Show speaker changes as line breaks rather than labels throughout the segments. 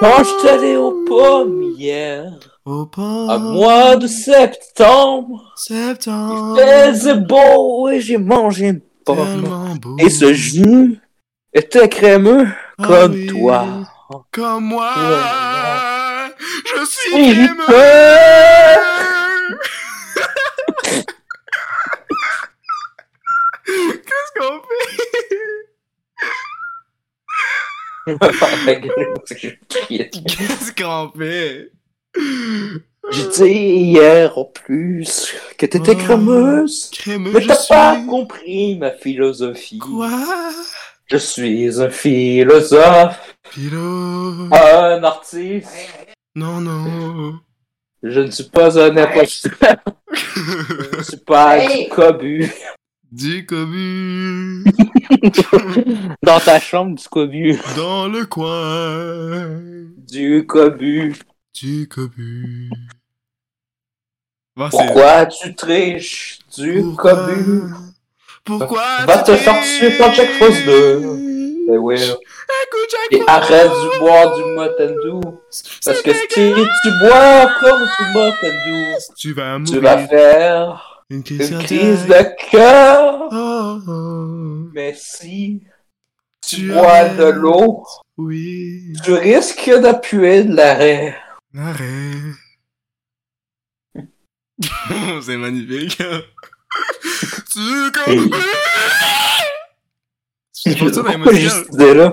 Quand je t'allais aux pommes Ah, hier,
Au
à
pas
mois de septembre,
septembre.
il faisait beau et j'ai mangé une pomme.
tellement beau.
Et ce genou était crémeux
Ah
comme
oui,
toi.
Comme moi.
Ouais, ouais.
Je suis
Et j'ai
crémeux.
peur.
Qu'est-ce qu'on fait
Je me fais la gueule parce que je criais.
Qu'est-ce qu'on fait
J'ai dit hier en plus que t'étais
Ah.
crémeuse.
Crémeux,
Mais
je
t'as
suis.
pas compris ma philosophie.
Quoi
Je suis un philosophe,
Pilo.
Ah. un artiste.
Non, non.
Je ne suis pas un imposteur, je ne suis pas
Hey.
du cobu.
du commun.
Dans ta chambre, du cobu.
Dans le coin.
Du cobu.
Du cobu. Bon, c'est-
Pourquoi tu triches? Du
Pourquoi-
cobu.
Pourquoi
Va
tu
te faire suer par Jack Frost 2. Ben ouais.
Écoute, Jack
Et
Frost,
arrête de boire du Motendu. Parce
c'est
que si
dégueulasse.
tu bois encore du Motendu,
Tu vas
tu
mourir.
vas faire
Une crise
une crise de cœur.
Oh, oh,
Mais si tu
Tu
bois
arrêtes.
de l'eau,
oui.
tu risques d'appuyer de l'arrêt.
Arrête. c'est magnifique. tu comprends. Je pense ça dans les
Pourquoi j'ai
musicales.
cette idée-là?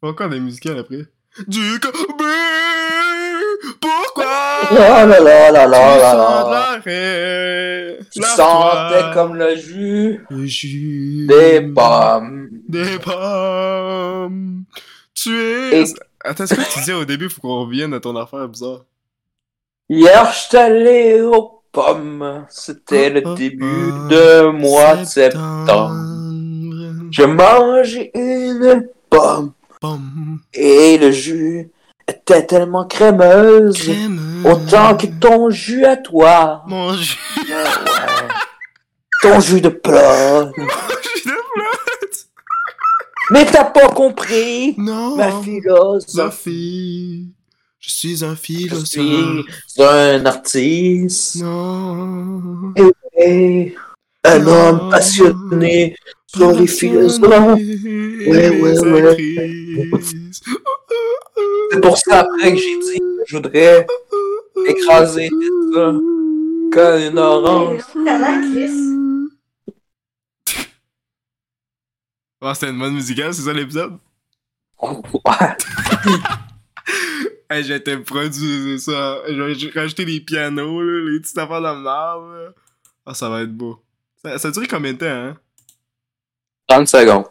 Pas encore des musicales après. Du cobu. Pourquoi
Ah là là là là
Tu
là là.
sens de l'arrêt.
Tu
Lave-toi.
sentais comme le jus
Le jus
des pommes.
Des pommes. Tu es.
Et-
Attends, ce que tu disais au début, faut qu'on revienne à ton affaire bizarre.
Hier, je allé aux pommes. C'était
Oh, oh,
le début
oh.
de mois de septembre. Je mangeais une pomme
Pommes.
et le jus était tellement crémeuse.
Crème.
Autant que ton jus à toi.
Mon jus.
Ouais. ton jus de pomme.
de-
Mais t'as pas compris
Non.
ma philosophie.
Sophie. Je suis un
Je
philosophe.
suis un artiste
Non.
et un
Non.
homme passionné sur les philosophes. Ouais, ouais, ouais. C'est pour ça après que j'ai dit que je voudrais écraser ça comme une orange.
Oh, c'était une bonne musicale, c'est ça l'épisode? Hey, j'étais produit, c'est ça. J'ai j'ai rajouté les pianos, là, les petites affaires de marbre. Ah, ça va être beau. Ça, ça dure combien de temps, hein?
30 secondes.